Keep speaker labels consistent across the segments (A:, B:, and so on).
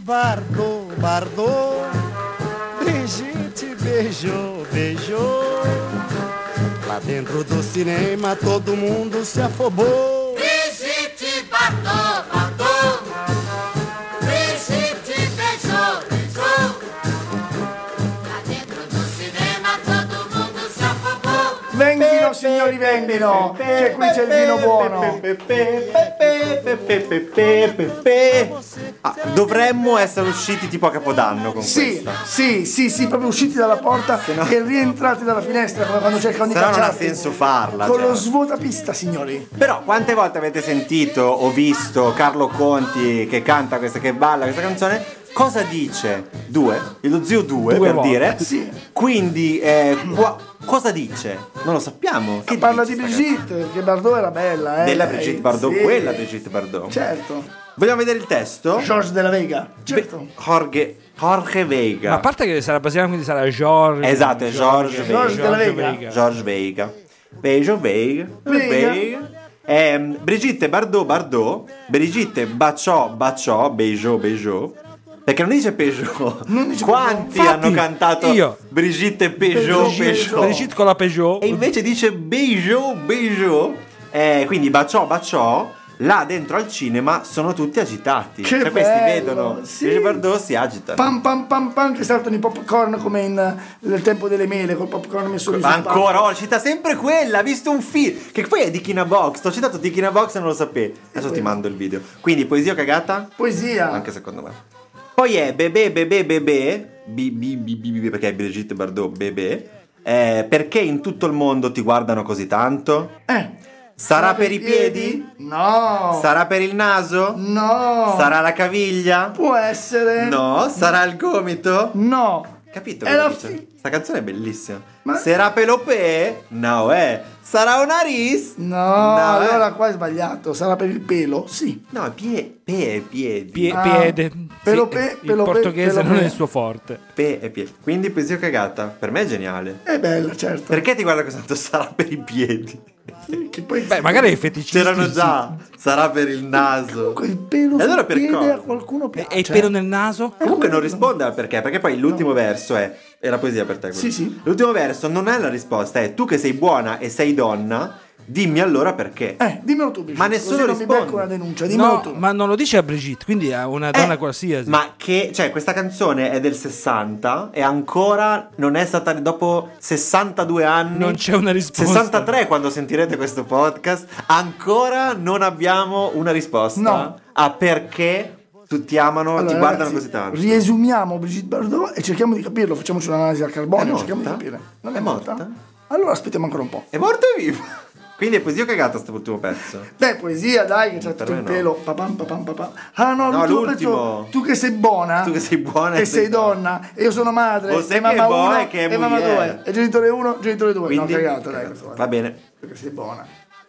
A: Bardot, Bardot, Brigitte beijou, beijou. Lá dentro do cinema todo mundo se afobou.
B: Brigitte Bardot, Bardot. Brigitte beijou, beijou. Lá Tá dentro do cinema todo mundo se afobou.
C: Vendilo, signori, vendilo! Che qui c'è il vino buono!
D: Ah, dovremmo essere usciti tipo a capodanno con
C: Sì,
D: questa.
C: sì, sì, sì, proprio usciti dalla porta e rientrati dalla finestra come quando cercano di
D: Se no non ha
C: cacciarti.
D: senso farla.
C: Cioè, Con
D: cioè.
C: lo svuotapista, signori.
D: Però quante volte avete sentito o visto Carlo Conti che canta questa, che balla questa canzone? Cosa dice? Due? Lo zio due,
E: Due
D: per
E: volte,
D: dire.
C: sì.
D: Quindi eh, qua- cosa dice? Non lo sappiamo. Che
C: Parla
D: dice
C: di
D: sta
C: Brigitte, che Bardot era bella, eh.
D: canzone? Della
C: lei,
D: Brigitte Bardot,
C: sì.
D: quella Brigitte Bardot.
C: Certo.
D: Vogliamo vedere il testo?
C: George della Vega, certo.
D: Jorge, Jorge Veiga.
E: Ma a parte che sarà brasiliano, quindi sarà Jorge.
D: Esatto, è Jorge Veiga.
C: Jorge della Vega.
D: George Veiga. Beijo Veiga.
C: Veiga.
D: Veiga. Ehm, Brigitte Bardot Bardot. Brigitte baciò baciò. Beijo Beijo. Perché non dice Peugeot. Quanti
E: Peugeot.
D: hanno
E: Infatti,
D: cantato
E: io.
D: Brigitte Peugeot Peugeot?
E: Brigitte con la Peugeot.
D: E invece dice Beijo Beijo. Eh, quindi baciò baciò. Là dentro al cinema sono tutti agitati.
C: Che
D: cioè questi
C: bello,
D: vedono
C: sì.
D: Brigitte Bardot si agitano.
C: Pam pam pam pam che saltano i popcorn come in, eh, nel tempo delle mele, col popcorn messo lì
D: Ma
C: sul palco.
D: ancora, oh, cita sempre quella, ha visto un film, che poi è di Kina Box, ti ho citato di Kina Box e non lo sapevi. Adesso ti mando il video. Quindi poesia o cagata?
C: Poesia.
D: Anche secondo me. Poi è Bebe Bebe Bebe, bi, bi, bi, bi, bi, perché è Brigitte Bardot, Bebe. Eh, perché in tutto il mondo ti guardano così tanto?
C: Eh.
D: Sarà per i piedi?
C: No.
D: Sarà per il naso?
C: no.
D: Sarà la caviglia?
C: Può essere.
D: No, sarà il gomito?
C: No.
D: Capito?
C: È
D: cosa
C: la
D: dice?
C: fi-
D: Sta canzone è bellissima.
C: Ma-
D: Sarà pelopè? No, eh. Sarà un aris?
C: No,
D: eh.
C: allora qua è sbagliato. Sarà per il pelo? Sì.
D: No, pie, pe, piedi.
E: Pie-
C: Ah.
E: piede.
C: Pelo
E: Sì,
C: pe-
E: il
C: pelo pe-
E: portoghese
C: pelo
E: non è
C: pe.
E: il suo forte.
D: Pe e pie. Quindi poesia cagata. Per me è geniale.
C: È bella, certo.
D: Perché ti guarda così tanto? Sarà per i piedi. Eh.
C: Che poi
E: Beh, magari è feticista.
D: C'erano già. Sarà per il naso.
C: quel pelo
D: E allora
C: sul
D: per
C: piede
D: cosa?
C: a qualcuno piace.
E: E il
D: Cioè.
E: pelo nel naso?
C: Eh,
D: Comunque non risponde al perché, perché poi l'ultimo verso è. È la poesia per te. quello.
C: Sì, sì.
D: L'ultimo verso non è la risposta, è tu che sei buona e sei donna, dimmi allora perché.
C: Eh, dimmelo tu, Bici.
D: Ma
C: Così
D: nessuno
C: non mi
D: risponde.
C: becco una denuncia, dimmelo
E: No,
C: tu.
E: ma non lo dice a Brigitte, quindi a una donna
D: Eh,
E: qualsiasi.
D: Ma che, cioè, questa canzone è del 60 e ancora non è stata dopo 62 anni.
E: Non c'è una risposta.
D: 63 quando sentirete questo podcast, ancora non abbiamo una risposta
C: No.
D: a perché tutti ti amano,
C: Allora,
D: ti guardano
C: ragazzi,
D: così tanto.
C: Riesumiamo Brigitte Bardot e cerchiamo di capirlo, facciamoci un'analisi al
D: È
C: carbonio,
D: morta?
C: cerchiamo di capire. Non è,
D: È
C: morta?
D: morta?
C: Allora aspettiamo ancora un po'.
D: È morto e vivo. Quindi è poesia o cagata sto ultimo pezzo.
C: Beh, poesia, dai, che c'è
D: Mm, Per
C: tutto
D: me
C: il
D: no.
C: pelo. Papam, papam, papam. Ah, no,
D: No,
C: l'ultimo
D: l'ultimo.
C: pezzo. Tu che sei buona.
D: Tu che sei buona
C: E sei donna. E io sono madre.
D: O sei
C: e
D: che è
C: mamma
D: buona
C: uno,
D: e che è
C: e mamma
D: moglie.
C: due. E genitore uno, genitore due.
D: Quindi,
C: no, cagata, dai.
D: cagata.
C: questo
D: Va bene.
C: Tu che sei buona.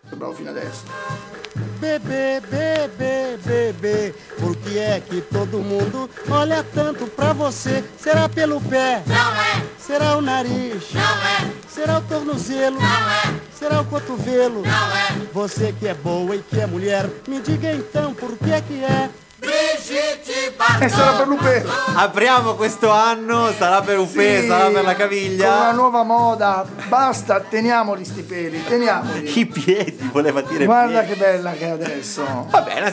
C: Sei bravo fino adesso.
A: Bebê, bebê, bebê, por que é que todo mundo olha tanto pra você? Será pelo pé?
B: Não é,
A: Será o nariz?
B: não é,
A: Será o tornozelo?
B: não é,
A: Será o cotovelo?
B: não é.
A: Você que é boa e que é mulher, me diga então por que é que é?
B: Brigitte
C: E Eh, sarà
B: Bardot,
C: per Lupè.
D: Apriamo questo anno, sarà per un pe,
C: Sì,
D: sarà per la
C: Con una
D: caviglia.
C: nuova moda. Basta, teniamoli sti peli. Teniamoli.
D: I piedi, voleva dire
C: Guarda che
D: piedi.
C: bella che è adesso.
D: Vabbè, una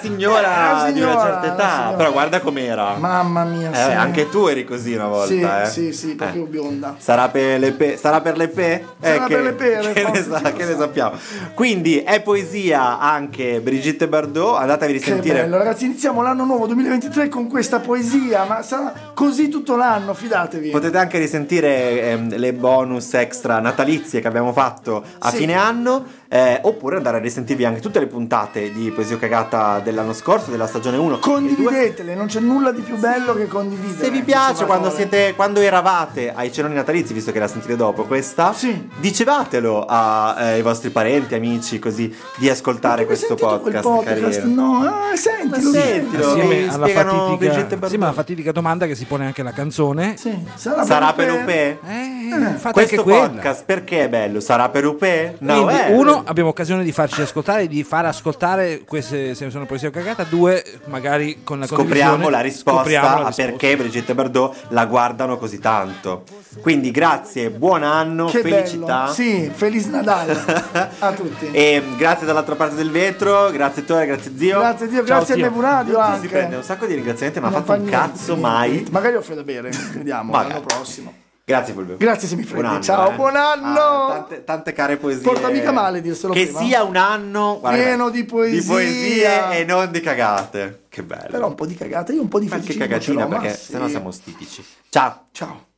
C: Eh,
D: signora,
C: una
D: di una
C: signora,
D: certa
C: una
D: età,
C: signora.
D: però guarda com'era.
C: Mamma mia.
D: Eh,
C: sì.
D: Anche tu eri così una volta,
C: Sì,
D: eh.
C: sì, sì, proprio bionda.
D: Sarà per le pe? Sarà per le pe? Eh,
C: Sarà per le pere,
D: Che, ne,
C: forse,
D: sa-
C: sì, lo
D: che
C: so.
D: ne sappiamo. Quindi è poesia anche Brigitte Bardot. Andatevi a
C: Che
D: risentire.
C: bello, ragazzi, iniziamo l'anno nuovo 2023 con questa poesia, ma sarà così tutto l'anno, fidatevi.
D: Potete anche risentire ehm, le bonus extra natalizie che abbiamo fatto a
C: Sì.
D: fine anno, eh, oppure andare a risentirvi anche tutte le puntate di Poesia Cagata dell'anno scorso, della stagione 1.
C: Condividetele, non c'è nulla di più bello che condividere.
D: Se vi piace
C: Insomma,
D: quando,
C: parole.
D: siete, quando eravate ai cenoni natalizi, visto che la sentite dopo questa,
C: Sì.
D: dicevatelo a, eh, ai vostri parenti, amici, così di ascoltare
C: Hai
D: questo
C: sentito quel
D: podcast, carino.
C: No, ah, sentilo.
D: Ma
C: sì.
D: sentilo.
E: Assieme
D: Lo
E: alla
D: spiegano
E: fatidica,
D: Brigitte Bardot.
E: sì, ma la fatidica domanda che si pone anche la canzone.
C: Sì, sarà,
D: Sarà
C: per
D: Pelupè?
E: Eh, fate
D: Questo
E: anche quella.
D: podcast perché è bello? Sarà per Upè? No,
E: Quindi,
D: eh.
E: uno, abbiamo occasione di farci ascoltare, di far ascoltare queste se sono poesie o cagata. Due, magari con la
D: Scopriamo
E: condivisione,
D: la risposta
E: scopriamo la
D: a
E: risposta.
D: perché Brigitte Bardot la guardano così tanto. Quindi grazie, buon anno,
C: Che
D: felicità.
C: bello. Sì, Feliz Nadal a tutti.
D: E grazie dall'altra parte del vetro, grazie Tore, grazie zio.
C: Grazie, zio, grazie a
D: zio.
C: Nebu Radio
D: Zio
C: anche.
D: Si prende un sacco di ringraziamenti, ma ha
C: Non
D: fatto
C: fa
D: un
C: niente,
D: cazzo
C: niente.
D: mai.
C: Magari offre da bere, vediamo,
D: Magari.
C: l'anno prossimo.
D: Grazie Fulvio. eh.
C: Grazie se mi prendi. Ciao, buon anno!
D: Ah, tante, tante care poesie.
C: Porta mica male dirselo
D: Che
C: prima.
D: sia un anno guarda,
C: Pieno di
D: Di
C: poesia.
D: poesie e non di cagate. Che bello.
C: Però un po' di cagata, io un po' di
D: Qualche
C: felicità.
D: cagatina perché sennò siamo stitici. Ciao.
C: Ciao.